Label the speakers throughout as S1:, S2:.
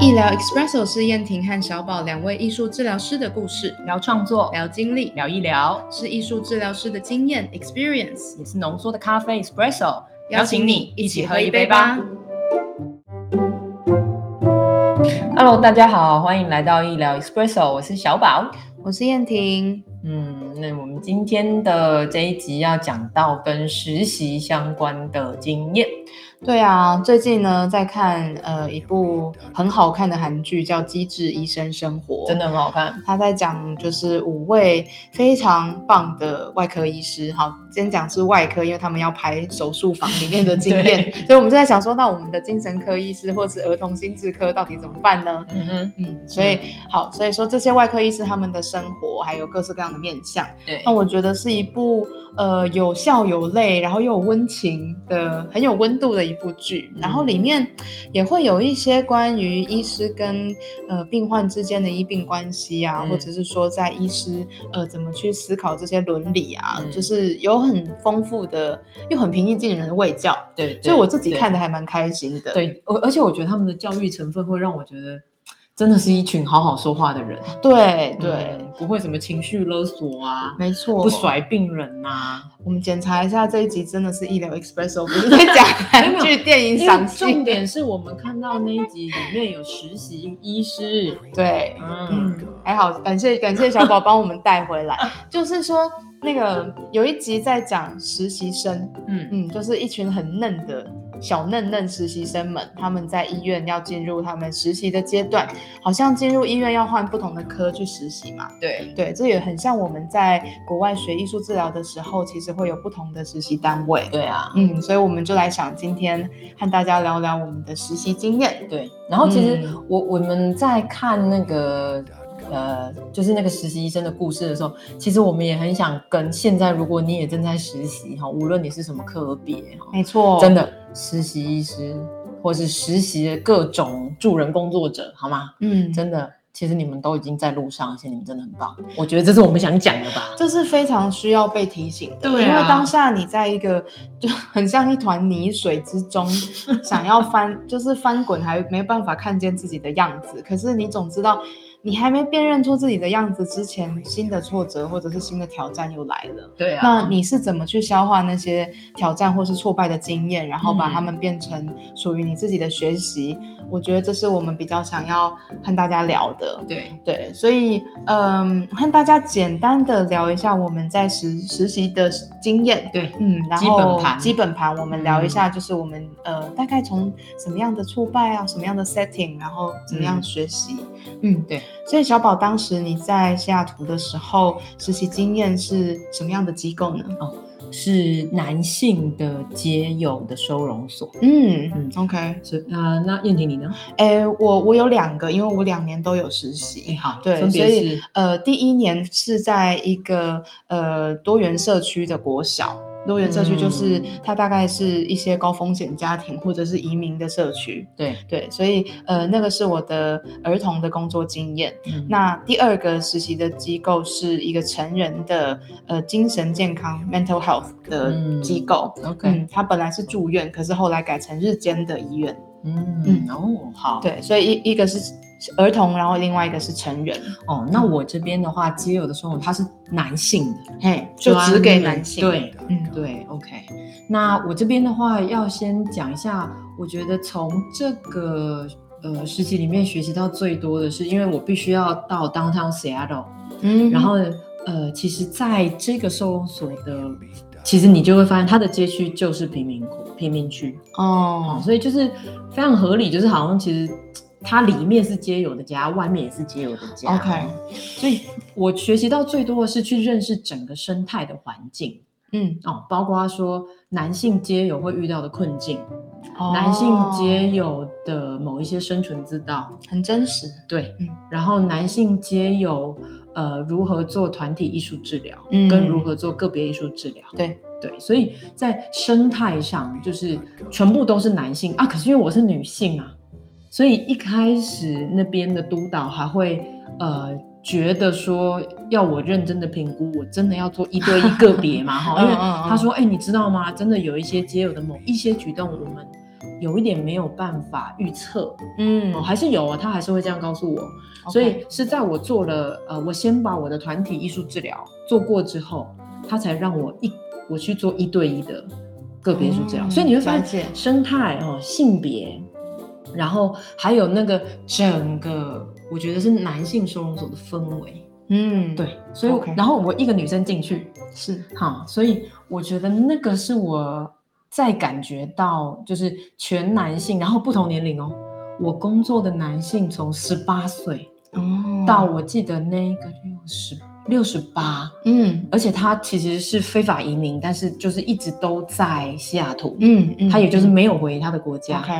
S1: 一聊 Espresso 是燕婷和小宝两位艺术治疗师的故事，
S2: 聊创作，
S1: 聊经历，
S2: 聊一聊，
S1: 是艺术治疗师的经验 experience。
S2: 也是浓缩的咖啡 espresso，
S1: 邀请你一起喝一杯吧。
S2: Hello，大家好，欢迎来到医疗 espresso，我是小宝。
S1: 我是燕婷，
S2: 嗯，那我们今天的这一集要讲到跟实习相关的经验。
S1: 对啊，最近呢在看呃一部很好看的韩剧，叫《机智医生生活》，
S2: 真的很好看。
S1: 他在讲就是五位非常棒的外科医师，好，先讲是外科，因为他们要拍手术房里面的经验，所以我们就在想说，那我们的精神科医师或是儿童心智科到底怎么办呢？
S2: 嗯哼，
S1: 嗯，所以好，所以说这些外科医师他们的生活还有各式各样的面向，
S2: 对
S1: 那我觉得是一部呃有笑有泪，然后又有温情的很有温度的一部剧，然后
S2: 嗯
S1: 里面也会有一些关于医师跟呃病患之间的医病关系啊，
S2: 嗯
S1: 或者是说在医师呃怎么去思考这些伦理啊，
S2: 嗯
S1: 就是有很丰富的又很平易近人的味教，
S2: 对，对
S1: 所以我自己看
S2: 对
S1: 的还蛮开心的。
S2: 对，而而且我觉得他们的教育成分会让我觉得，真的是一群好好说话的人。
S1: 对对。
S2: 嗯不会什么情绪勒索啊，
S1: 没错，
S2: 不甩病人啊呐、
S1: 我们检查一下这一集真的是医疗 Expresso，不 是在讲韩剧电影
S2: 因为
S1: 赏
S2: 重
S1: 析。
S2: 点是我们看到那一集里面有实习医师，
S1: 对，
S2: 嗯，
S1: 嗯，还好，感谢感谢小宝帮我们带回来。 就是说，那个有一集在讲实习生，
S2: 嗯，
S1: 嗯，就是一群很嫩的小嫩嫩实习生们，他们在医院要进入他们实习的阶段，好像进入医院要换不同的科去实习嘛。
S2: 对，
S1: 对，这也很像我们在国外学艺术治疗的时候，其实会有不同的实习单位。
S2: 对啊，
S1: 嗯，所以我们就来想今天和大家聊聊我们的实习经验。
S2: 对。然后其实
S1: 嗯
S2: 我我们在看那个呃，就是那个实习医生的故事的时候，其实我们也很想跟现在，如果你也正在实习哈，无论你是什么科别哈，
S1: 没错，
S2: 真
S1: 的，
S2: 的实习医师或是实习的各种助人工作者，好吗？
S1: 嗯，
S2: 真的，其实你们都已经在路上，而且你们真的很棒。我觉得这是我们想讲的吧。
S1: 这是非常需要被提醒的，
S2: 对啊
S1: 因为当下你在一个就很像一团泥水之中，想要翻就是翻滚，还没办法看见自己的样子。可是你总知道，你还没辨认出自己的样子之前，新的挫折或者是新的挑战又来了。
S2: 对啊
S1: 那你是怎么去消化那些挑战或是挫败的经验，然后把
S2: 嗯
S1: 它们变成属于你自己的学习？我觉得这是我们比较想要和大家聊的。
S2: 对，
S1: 对，所以嗯，和大家简单的聊一下我们在实实习的经验。
S2: 对，
S1: 嗯，然后
S2: 基本盘嗯
S1: 基本盘，我们聊一下，就是我们、呃，大概从什么样的挫败啊，什么样的 setting，然后怎么样
S2: 嗯
S1: 学习。嗯，
S2: 对。
S1: 所以小宝当时你在西雅图的时候，实习经验是什么样的机构呢？
S2: 哦是男性的街友的收容所。
S1: 嗯
S2: 嗯
S1: o k
S2: 是啊、呃那燕婷你呢？
S1: 哎，我我有两个，因为我两年都有实
S2: 你
S1: 习。
S2: 哎好，
S1: 对
S2: 分别
S1: 所以
S2: 是
S1: 呃，第一年是在一个呃多元社区的国小，多元社区就是、
S2: 嗯
S1: 它大概是一些高风险家庭或者是移民的社区，
S2: 对，
S1: 对，所以呃那个是我的儿童的工作经验。
S2: 嗯
S1: 那第二个实习的机构是一个成人的呃精神健康 mental health 的
S2: 嗯
S1: 机构，
S2: OK，
S1: 嗯，它本来是住院，可是后来改成日间的医院，
S2: 嗯
S1: 嗯
S2: 哦，好，
S1: 对，所以一一个是儿童，然后另外一个是成人，
S2: 哦，那我这边的话，街友的收容它是男性的，
S1: 嘿，就只给男性，
S2: 专门对，
S1: 嗯，
S2: 对，OK。那我这边的话，要先讲一下，我觉得从这个呃实习里面学习到最多的是，因为我必须要到 downtown Seattle，、
S1: 嗯，
S2: 然后呃，其实在这个收容所的，其实你就会发现它的街区就是贫民窟、贫民区哦，
S1: 哦，
S2: 所以就是非常合理，就是好像其实。它里面是街友的家，外面也是街友的家。
S1: OK
S2: 所以我学习到最多的是去认识整个生态的环境。
S1: 嗯，
S2: 哦，包括说男性街友会遇到的困境，
S1: 哦
S2: 男性街友的某一些生存之道，
S1: 很真实，
S2: 对，
S1: 嗯
S2: 然后男性街友呃如何做团体艺术治疗，
S1: 嗯
S2: 跟如何做个别艺术治疗，
S1: 对
S2: 对，所以在生态上就是全部都是男性啊，可是因为我是女性啊，所以一开始那边的督导还会呃。觉得说要我认真的评估，我真的要做一对一 个别嘛哈，因为
S1: 嗯嗯嗯
S2: 他说，哎、你知道吗？真的有一些街友的某一些举动，我们有一点没有办法预测，
S1: 嗯
S2: 哦，还是有啊，他还是会这样告诉我。
S1: OK
S2: 所以是在我做了呃，我先把我的团体艺术治疗做过之后，他才让我一我去做一对一的个别艺术治疗。
S1: 嗯
S2: 所以你会发
S1: 了解
S2: 现生态哦、性别，然后还有那个整个，我觉得是男性收容所的氛围。
S1: 嗯，
S2: 对，所以我
S1: OK
S2: 然后我一个女生进去，
S1: 是
S2: 好，所以我觉得那个是我在感觉到，就是全男性，然后不同年龄哦。我工作的男性从十八岁
S1: 哦
S2: 到我记得那个六十六十八，
S1: 嗯
S2: 而且他其实是非法移民，但是就是一直都在西雅图，
S1: 嗯嗯，
S2: 他也就是没有回他的国家。
S1: OK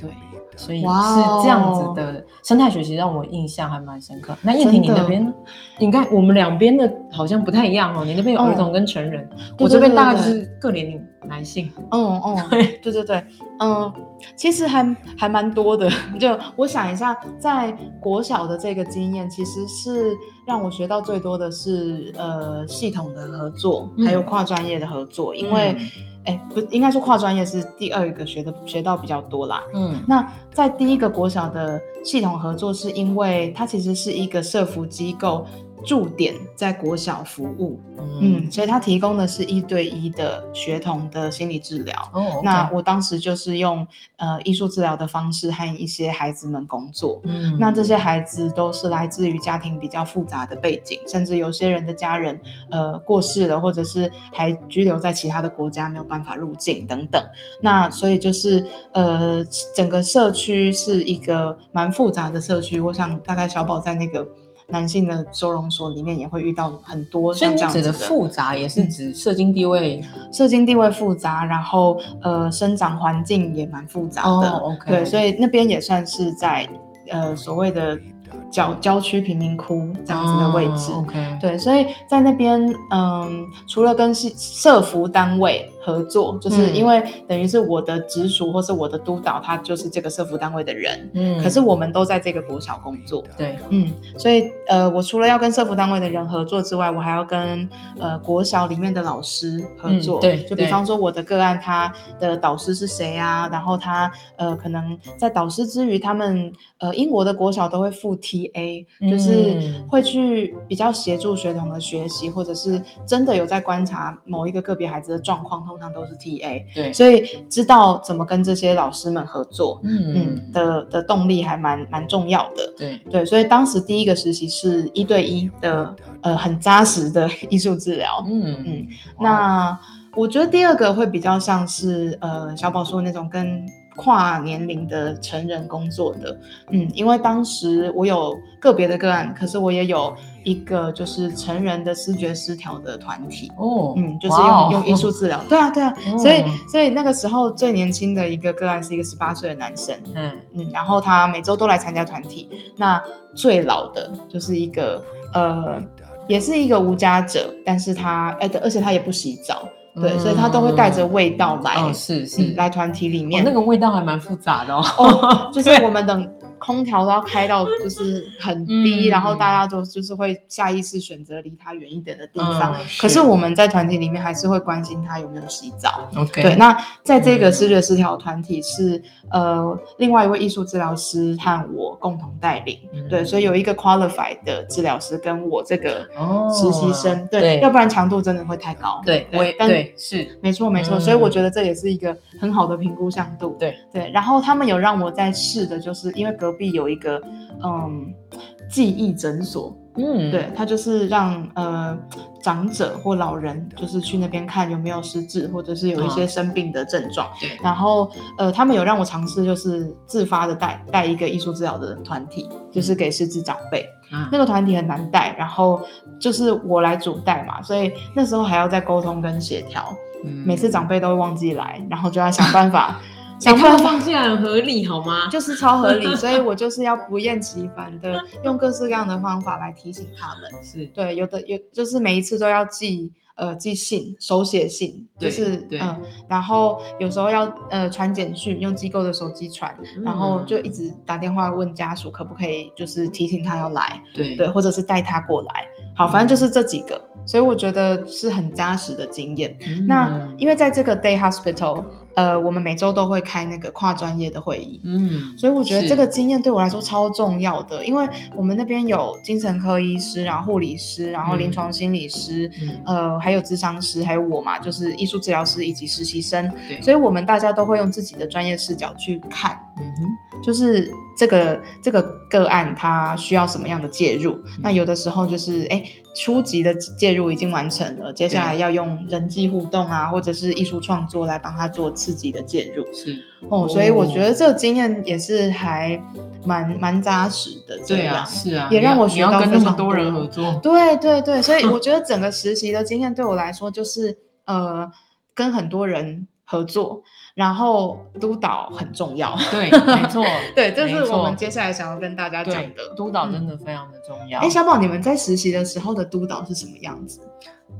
S2: 对，所以是
S1: 哇哦
S2: 这样子的生态学习让我印象还蛮深刻。那燕婷，你
S1: 真的
S2: 那边呢？你看我们两边的好像不太一样哦，你那边有
S1: 哦
S2: 儿童跟成人，
S1: 对
S2: 我这
S1: 对
S2: 边
S1: 对
S2: 大概就
S1: 对
S2: 是各年龄男性。
S1: 嗯嗯， 对对对，嗯，其实还还蛮多的。 就我想一下，在国小的这个经验，其实是让我学到最多的是呃系统的合作，还有
S2: 嗯
S1: 跨专业的合作。因为，哎、不应该说跨专业是第二个学的学到比较多啦。
S2: 嗯
S1: 那在第一个国小的系统合作，是因为它其实是一个社服机构驻点在国小服务，嗯，所以它提供的是一对一的学童的心理治疗。
S2: 哦，
S1: 那我当时就是用呃艺术治疗的方式和一些孩子们工作。
S2: 嗯
S1: 那这些孩子都是来自于家庭比较复杂的背景，甚至有些人的家人呃过世了，或者是还居留在其他的国家没有办法入境等等。那所以就是呃整个社区是一个蛮复杂的社区，我想大概小宝在那个男性的收容所里面也会遇到很多
S2: 所以
S1: 像
S2: 你
S1: 这样子嗯
S2: 指的
S1: 的
S2: 复杂也是指社经地位
S1: 社经地位复杂，然后呃生长环境也蛮复杂的。
S2: 哦，OK
S1: 对，所以那边也算是在呃所谓的郊郊区贫民窟这样子的位置。
S2: 哦，OK，
S1: 对，所以在那边，嗯，除了跟社社服单位合作，就是
S2: 嗯
S1: 因为等于是我的直属或是我的督导，他就是这个社服单位的人，
S2: 嗯
S1: 可是我们都在这个国小工作，
S2: 对，
S1: 嗯，所以呃，我除了要跟社服单位的人合作之外，我还要跟呃国小里面的老师合
S2: 嗯
S1: 作。
S2: 对
S1: 就比
S2: 对
S1: 方说我的个案，他的导师是谁啊？然后他呃，可能在导师之余，他们呃英国的国小都会附 TA，就是
S2: 嗯
S1: 会去比较协助学童的学习，或者是真的有在观察某一个个别孩子的状况，通常都是 TA，
S2: 对，
S1: 所以知道怎么跟这些老师们合作。嗯
S2: 嗯，
S1: 的的动力还蛮蛮重要的，
S2: 对，
S1: 对，所以当时第一个实习是一对一的，呃，很扎实的艺术治疗。
S2: 嗯
S1: 嗯
S2: 嗯，
S1: 那我觉得第二个会比较像是呃小宝说的那种跟跨年龄的成人工作的，嗯，因为当时我有个别的个案，可是我也有一个就是成人的视觉失调的团体，
S2: 哦，
S1: 嗯，就是用、
S2: 哇哦
S1: 用艺术治疗，对啊对啊，
S2: 嗯
S1: 所以所以那个时候最年轻的一个个案是一个十八岁的男生，
S2: 嗯
S1: 嗯，然后他每周都来参加团体。那最老的就是一个呃，也是一个无家者，但是他哎，而且他也不洗澡，对，所以他都会带着味道来，
S2: 嗯哦，是是
S1: 嗯，来团体里
S2: 哦
S1: 面。
S2: 那个味道还蛮复杂的哦。
S1: 哦，就是我们等空调都要开到就是很低，
S2: 嗯
S1: 然后大家都就是会下意识选择离他远一点的地方。
S2: 嗯
S1: 可是我们在团体里面还是会关心他有没有洗澡，
S2: OK，
S1: 对，那在这个
S2: 嗯
S1: 视觉失调团体是、呃，另外一位艺术治疗师和我共同带领，
S2: 嗯
S1: 对，所以有一个 qualified 的治疗师跟我这个
S2: 哦
S1: 实习生，对，
S2: 对
S1: 要不然强度真的会太高，
S2: 对，我也
S1: 但
S2: 对是，
S1: 没错，没错，
S2: 嗯
S1: 所以我觉得这也是一个很好的评估向度。
S2: 对
S1: 对，然后他们有让我在试的，就是因为隔壁有一个嗯记忆诊所，
S2: 嗯，
S1: 对，他就是让呃长者或老人，就是去那边看有没有失智，或者是有一些
S2: 嗯
S1: 生病的症状。
S2: 对
S1: 然后呃，他们有让我尝试，就是自发的带带一个艺术治疗的团体，
S2: 嗯
S1: 就是给失智长辈。
S2: 啊
S1: 那个团体很难带，然后就是我来主带嘛，所以那时候还要再沟通跟协调。
S2: 嗯
S1: 每次长辈都会忘记来，然后就要想办 法，
S2: 哎
S1: 想
S2: 他
S1: 办
S2: 们
S1: 法。
S2: 放假很合理好吗？
S1: 就是超合理，所以我就是要不厌其烦的 用各式各样的方法来提醒他们。
S2: 是嗯
S1: 对，有的有就是每一次都要寄呃寄信，手写信，就
S2: 对
S1: 是
S2: 对
S1: 嗯，然后有时候要呃传简讯，用机构的手机传，然后就一
S2: 嗯
S1: 直打电话问家属可不可以，就是提醒他要来，
S2: 对
S1: 对，，或者是带他过来。好，反正就是这几个，所以我觉得是很扎实的经验。那
S2: 嗯
S1: 因为在这个 day hospital，呃，我们每周都会开那个跨专业的会议，
S2: 嗯，
S1: 所以我觉得
S2: 是
S1: 这个经验对我来说超重要的，因为我们那边有精神科医师，然后护理师，然后临
S2: 嗯
S1: 床心理师，
S2: 嗯
S1: 呃，还有智商师，还有我嘛，就是艺术治疗师以及实习生，
S2: 对，
S1: 所以我们大家都会用自己的专业视角去看，
S2: 嗯哼，
S1: 就是这个这个个案它需要什么样的介入。那
S2: 嗯
S1: 有的时候就是哎，初级的介入已经完成了，接下来要用人际互动啊，或者是艺术创作来帮他做刺激的介入。
S2: 是，
S1: 哦，所以我觉
S2: 哦
S1: 得这个经验也是还蛮蛮扎实的。这
S2: 对啊，
S1: 样
S2: 是啊，
S1: 也
S2: 你
S1: 让
S2: 要
S1: 我
S2: 你
S1: 学
S2: 要
S1: 到
S2: 跟
S1: 非
S2: 那么
S1: 常
S2: 多人
S1: 多
S2: 合 作，
S1: 对对对，所 以我觉得整个实习的经验对我来说就是呃，跟很多人合作，然后督导很重要。
S2: 对，没错，
S1: 对，这
S2: 没
S1: 是
S2: 错
S1: 我们接下来想要跟大家讲
S2: 对
S1: 的。
S2: 督导真的非常的重要。
S1: 哎，小宝，你们在实习的时候的督导是什么样子？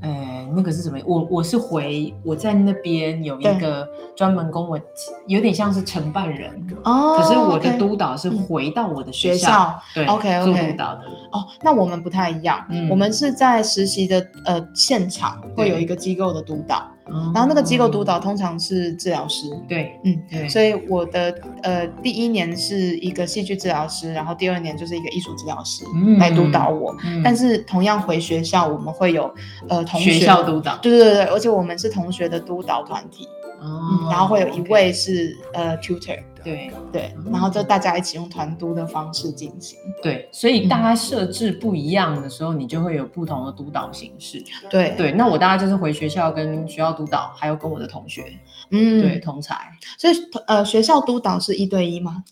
S2: 哎，那个是什么？我我是回我在那边有一
S1: 对
S2: 个专门跟我，有点像是承办人，
S1: 哦
S2: 可是我的
S1: OK
S2: 督导是
S1: 嗯
S2: 回到我的
S1: 学
S2: 校，
S1: 校
S2: 对
S1: OK，OK
S2: 做督导的，
S1: 哦，那我们不太一样，
S2: 嗯
S1: 我们是在实习的呃现场会
S2: 对
S1: 有一个机构的督导，
S2: 然
S1: 然后那个机构督，导通常是治疗师。
S2: 嗯对，
S1: 嗯
S2: 哦对
S1: 所以我的呃第一年是一个戏剧治疗师，然后第二年就是一个艺术治疗师、
S2: 嗯
S1: 来督导我。
S2: 嗯
S1: 但是同样回学校，我们会有呃同
S2: 学
S1: 学
S2: 校督导，
S1: 对对对对，而且我们是同学的督导团体，
S2: 嗯
S1: 嗯，然后会有一位是呃 tutor，
S2: 对
S1: 对
S2: 嗯，
S1: 然后就大家一起用团督的方式进行。
S2: 对，所以大家设置不一样的时候，你就会有不同的督导形式。
S1: 对，
S2: 对，那我大概就是回学校跟学校督导，还有跟我的同学，对，
S1: 嗯，
S2: 同才
S1: 所以呃学校督导是一对一吗？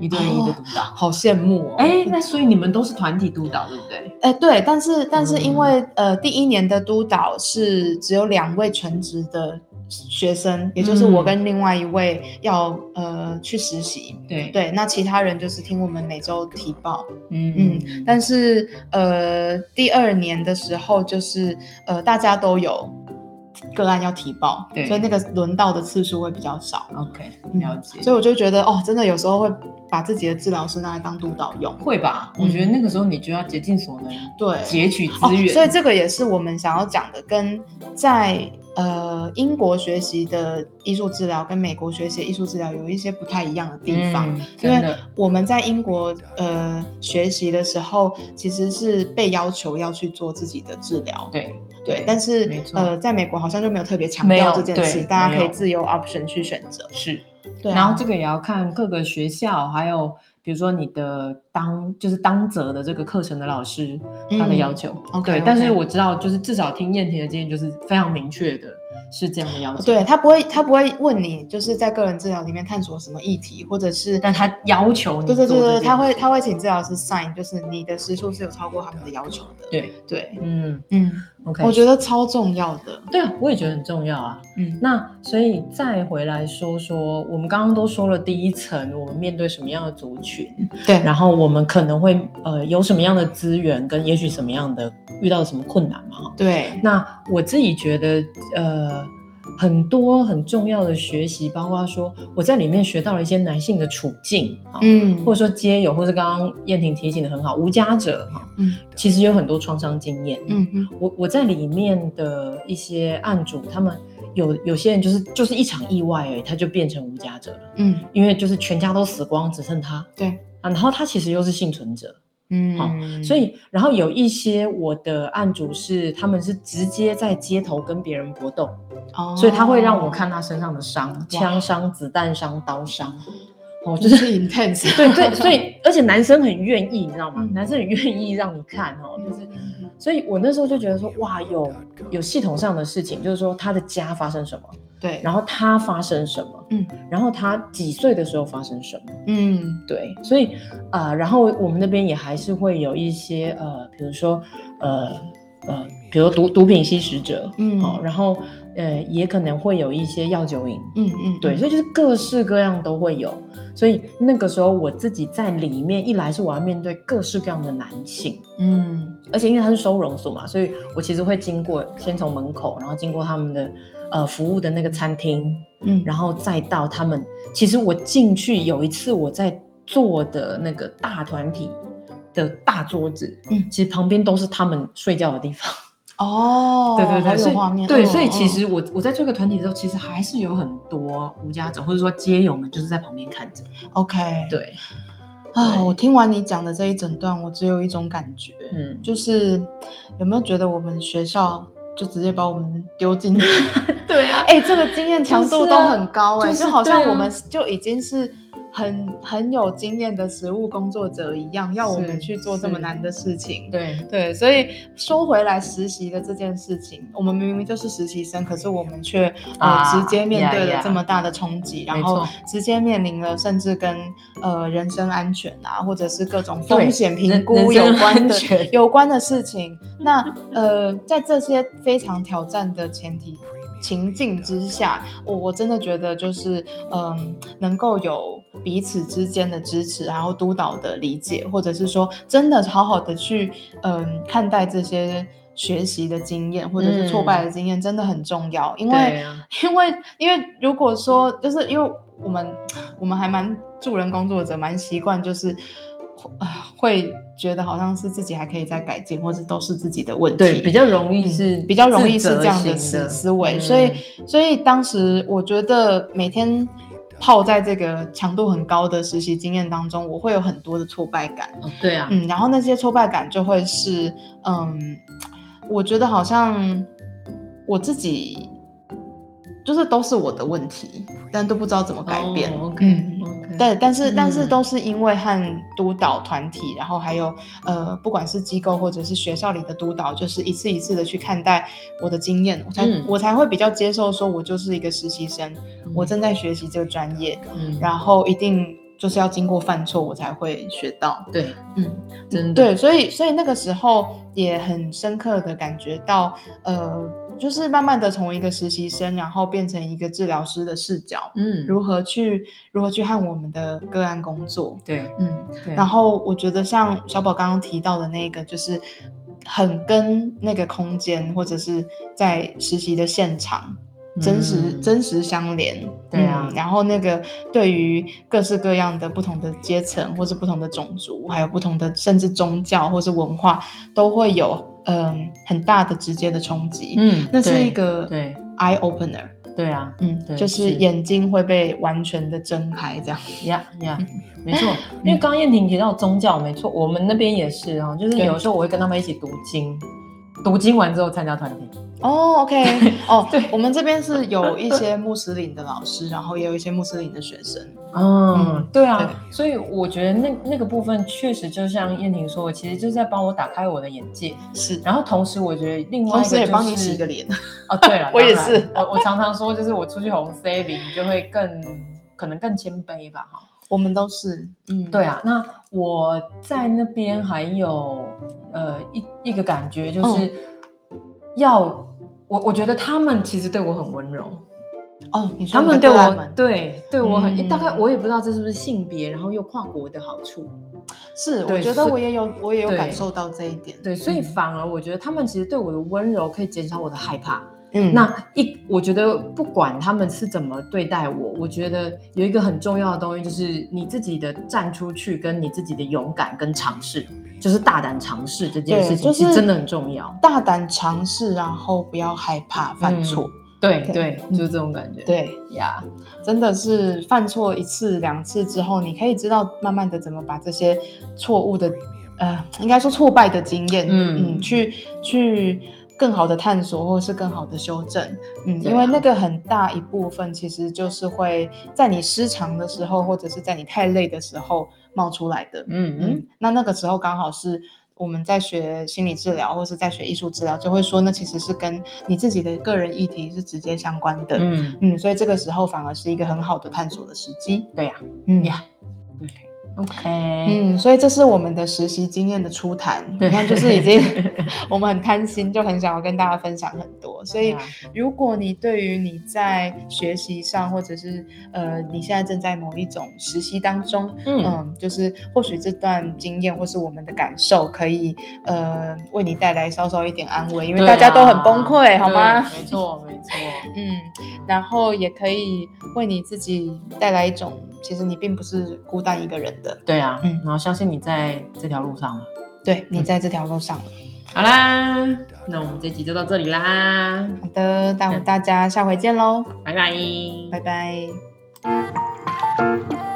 S2: 一对一
S1: 哦
S2: 的督导。
S1: 好羡慕哦。
S2: 哎，那所以你们都是团体督导，对不对？
S1: 哎，对，但是但是因
S2: 嗯
S1: 为、呃，第一年的督导是只有两位全职的学生，也就是我
S2: 嗯
S1: 跟另外一位要呃去实习。
S2: 对，
S1: 对，那其他人就是听我们每周提报。
S2: 嗯
S1: 但是呃，第二年的时候就是呃，大家都有个案要提报，
S2: 对
S1: 所以那个轮到的次数会比较少。
S2: OK，
S1: 嗯
S2: 了解。
S1: 所以我就觉得哦，真的有时候会把自己的治疗师拿来当督导用。
S2: 会吧？
S1: 嗯
S2: 我觉得那个时候你就要竭尽所能
S1: 对，
S2: 截取
S1: 哦
S2: 资，源。
S1: 所以这个也是我们想要讲的，跟在呃英国学习的艺术治疗跟美国学习的艺术治疗有一些不太一样的地方。
S2: 嗯
S1: 因
S2: 真
S1: 为
S2: 的
S1: 我们在英国呃学习的时候，其实是被要求要去做自己的治疗，
S2: 对
S1: 对。但是
S2: 没错
S1: 呃，在美国好像就没有特别强
S2: 没有
S1: 调这件事
S2: 对，
S1: 大家可
S2: 没
S1: 以
S2: 有
S1: 自由 option 去选择。
S2: 是。
S1: 对啊、
S2: 然后这个也要看各个学校，还有比如说你的当就是当责的这个课程的老师他的
S1: 嗯
S2: 要求。
S1: OK，
S2: 对，但是
S1: OK
S2: 我知道，就是至少听燕婷的建议，就是非常明确的是这样的要求。
S1: 对，他不会，他不会问你就是在个人治疗里面探索什么议题，或者是
S2: 但他要求你
S1: 对对对
S2: 做这
S1: 对，
S2: 件
S1: 他会
S2: 事
S1: 他会请治疗师 sign，就是你的时数是有超过他们的要求的。
S2: 对，
S1: 对，
S2: 嗯
S1: 嗯，
S2: ，OK，
S1: 我觉得超重要的。
S2: 对啊，我也觉得很重要啊。
S1: 嗯
S2: 那所以再回来说说，我们刚刚都说了第一层，我们面对什么样的族群，
S1: 对，
S2: 然后我们可能会呃有什么样的资源，跟也许什么样的遇到什么困难嘛。哈
S1: 对，
S2: 那我自己觉得呃很多很重要的学习，包括说我在里面学到了一些男性的处境啊。
S1: 嗯
S2: 或者说街友，或者刚刚燕婷提醒的很好，无家者哈，
S1: 嗯
S2: 其实有很多创伤经验，
S1: 嗯嗯
S2: 我我在里面的一些案主，他们有有些人就是就是一场意外而已，他就变成无家者了，
S1: 嗯
S2: 因为就是全家都死光，只剩他。
S1: 对
S2: 啊，然后他其实又是幸存者，
S1: 嗯，
S2: 所以然后有一些我的案主是他们是直接在街头跟别人搏斗，
S1: 哦
S2: 所以他会让我看他身上的伤，枪伤、子弹伤、刀伤，哦，就
S1: 就是是 intense。
S2: 对对，所以而且男生很愿意，你知道吗？
S1: 嗯
S2: 男生很愿意让你看哦，就是
S1: 嗯
S2: 所以我那时候就觉得说，哇，有有系统上的事情，就是说他的家发生什么，
S1: 对，
S2: 然后他发生什么，
S1: 嗯，
S2: 然后他几岁的时候发生什么，
S1: 嗯
S2: 对，所以啊、呃然后我们那边也还是会有一些呃，比如说呃呃，比如毒毒品吸食者，
S1: 嗯
S2: 哦，然后呃，也可能会有一些药酒瘾，
S1: 嗯嗯，
S2: 对，所以就是各式各样都会有。所以那个时候我自己在里面，一来是我要面对各式各样的男性，
S1: 嗯
S2: 而且因为它是收容所嘛，所以我其实会经过，先从门口，然后经过他们的呃服务的那个餐厅，
S1: 嗯，
S2: 然后再到他们。其实我进去有一次我在做的那个大团体的大桌子，
S1: 嗯
S2: 其实旁边都是他们睡觉的地方，
S1: 后哦，
S2: 对对
S1: 好
S2: 对，所
S1: 有
S2: 以
S1: 画面，
S2: 对，
S1: 嗯
S2: 所以其
S1: 嗯
S2: 实我我在这个团体的时候，其实还是有很多无家者或者说街友们就是在旁边看着。
S1: OK，
S2: 对，
S1: 啊，
S2: 对
S1: 我听完你讲的这一整段，我只有一种感觉，
S2: 嗯，
S1: 就是有没有觉得我们学校就直接把我们丢进 去？
S2: 对啊，
S1: 哎、这个经验强度都很高哎、
S2: 就是啊就是
S1: 就好像
S2: 对啊
S1: 我们就已经是很很有经验的实务工作者一样，要我们
S2: 是
S1: 去做这么
S2: 是
S1: 难的事情。
S2: 对
S1: 对，所以说回来实习的这件事情，我们明明就是实习生，可是我们却呃、
S2: 啊
S1: 直接面
S2: 呀
S1: 对了
S2: 呀
S1: 这么大的冲击，然
S2: 没
S1: 后
S2: 错
S1: 直接面临了甚至跟呃人身安全啊，或者是各种
S2: 对
S1: 风险评
S2: 人
S1: 估
S2: 人身
S1: 有关
S2: 安
S1: 的
S2: 全
S1: 有关的事情。那呃，在这些非常挑战的前提。情境之下，我我真的觉得就是，嗯，能够有彼此之间的支持，然后督导的理解，或者是说真的好好的去，嗯，看待这些学习的经验或者是挫败的经验，真的很重要。因为，
S2: 啊，
S1: 因为，因为如果说，就是因为我们我们还蛮助人工作者，蛮习惯就是。啊会觉得好像是自己还可以再改进，或者都是自己的问题，
S2: 对，比较容易
S1: 嗯
S2: 是、
S1: 比较容易是这样
S2: 的嗯
S1: 思思维，所以所以当时我觉得每天泡在这个强度很高的实习经验当中，我会有很多的挫败感，
S2: 哦对啊，
S1: 嗯，然后那些挫败感就会是，嗯，我觉得好像我自己就是都是我的问题，但都不知道怎么改变。
S2: OK
S1: 嗯
S2: OK，
S1: 对，但是但是
S2: 哦嗯
S1: 都是因为和督导团体，然后还有呃，不管是机构或者是学校里的督导，就是一次一次的去看待我的经验，我才、
S2: 嗯
S1: 我才会比较接受，说我就是一个实习生，我正在学习这个专业，
S2: 嗯，
S1: 然后一定就是要经过犯错，我才会学到。
S2: 对，
S1: 嗯，
S2: 真的
S1: 对，所以所以那个时候也很深刻的感觉到，呃，就是慢慢的从一个实习生，然后变成一个治疗师的视角，
S2: 嗯，
S1: 如何去如何去和我们的个案工作。
S2: 对
S1: 嗯，
S2: 对，
S1: 然后我觉得像小宝刚刚提到的那个，就是很跟那个空间或者是在实习的现场真实、
S2: 嗯
S1: 真实相连。
S2: 对啊
S1: 嗯然后那个对于各式各样的不同的阶层，或是不同的种族，还有不同的甚至宗教或是文化，都会有嗯、很大的直接的冲击。
S2: 嗯，
S1: 那是
S2: 对
S1: 一个
S2: 对
S1: eye opener。
S2: 对啊，
S1: 嗯，
S2: 对
S1: 就是
S2: 是
S1: 眼睛会被完全的睁开，这样。
S2: 呀呀，没 错，因为刚刚燕婷提到宗教，没错，我们那边也是啊，就是
S1: 对
S2: 有时候我会跟他们一起读经，读经完之后参加团体，
S1: 哦，OK，哦，
S2: 对
S1: 我们这边是有一些穆斯林的老师，然后也有一些穆斯林的学生。
S2: 嗯
S1: 嗯，
S2: 对啊，所以我觉得那那个部分确实就像燕婷说的，其实就是在帮我打开我的眼界，
S1: 是，
S2: 然后同时我觉得另外
S1: 同
S2: 一个
S1: 时
S2: 就
S1: 也
S2: 是
S1: 帮你洗个脸。
S2: 哦，对了，
S1: 我也
S2: 当然
S1: 是，
S2: 我我常常说就是我出去红 C 零就会更可能更谦卑吧哈，
S1: 我们都是，嗯，
S2: 对，啊，那我在那边还有呃一一个感觉就是
S1: 嗯
S2: 要、我我觉得他们其实对我很温柔，
S1: 哦，你说
S2: 他
S1: 你的
S2: 们对
S1: 个案
S2: 我对对我很、
S1: 嗯
S2: 大概我也不知道这是不是性别，然后又跨国的好处，
S1: 是，我
S2: 对
S1: 觉得
S2: 所以
S1: 我也有，我也有
S2: 对
S1: 感受到这一点。
S2: 对，所以
S1: 嗯
S2: 反而我觉得他们其实对我的温柔可以减少我的害怕。
S1: 嗯，
S2: 那一我觉得不管他们是怎么对待我，我觉得有一个很重要的东西就是你自己的站出去，跟你自己的勇敢跟尝试，就是大胆尝试这件事
S1: 对，就
S2: 情，其
S1: 是
S2: 实真的很重要。
S1: 大胆尝试，然后不要害
S2: 嗯
S1: 怕犯错。
S2: 对
S1: 对
S2: 对，
S1: 嗯
S2: 就是这种感觉。
S1: 对，
S2: 呀，
S1: 真的是犯错一次两次之后，你可以知道慢慢的怎么把这些错误的，呃，应该说挫败的经验，
S2: 嗯
S1: 嗯，去去更好的探索，或是更好的修正，嗯，
S2: 对啊
S1: 因为那个很大一部分其实就是会在你失常的时候，或者是在你太累的时候冒出来的，
S2: 嗯嗯
S1: 嗯，那那个时候刚好是我们在学心理治疗，或是在学艺术治疗，就会说那其实是跟你自己的个人议题是直接相关的，
S2: 嗯，
S1: 嗯，所以这个时候反而是一个很好的探索的时机。
S2: 对啊呀
S1: 嗯
S2: 呀 OK，
S1: 嗯，所以这是我们的实习经验的初谈。你
S2: 对
S1: 看，就是已 经我们很贪心，就很想要跟大家分享很多。所以
S2: 呀，
S1: 如果你对于你在学习上，或者是呃你现在正在某一种实习当中，
S2: 嗯
S1: 嗯，就是或许这段经验或是我们的感受，可以呃为你带来稍稍一点安慰，因为
S2: 对
S1: 大家都很
S2: 啊
S1: 崩溃，好
S2: 对
S1: 吗？
S2: 没错没错，
S1: 嗯，然后也可以为你自己带来一种，其实你并不是孤单一个人的，
S2: 对啊，
S1: 嗯
S2: 然后相信你在这条路上。
S1: 对你在这条路上了。
S2: 好啦，那我们这集就到这里啦，
S1: 好的，
S2: 嗯
S1: 那我们大家下回见喽，
S2: 拜拜，
S1: 拜拜。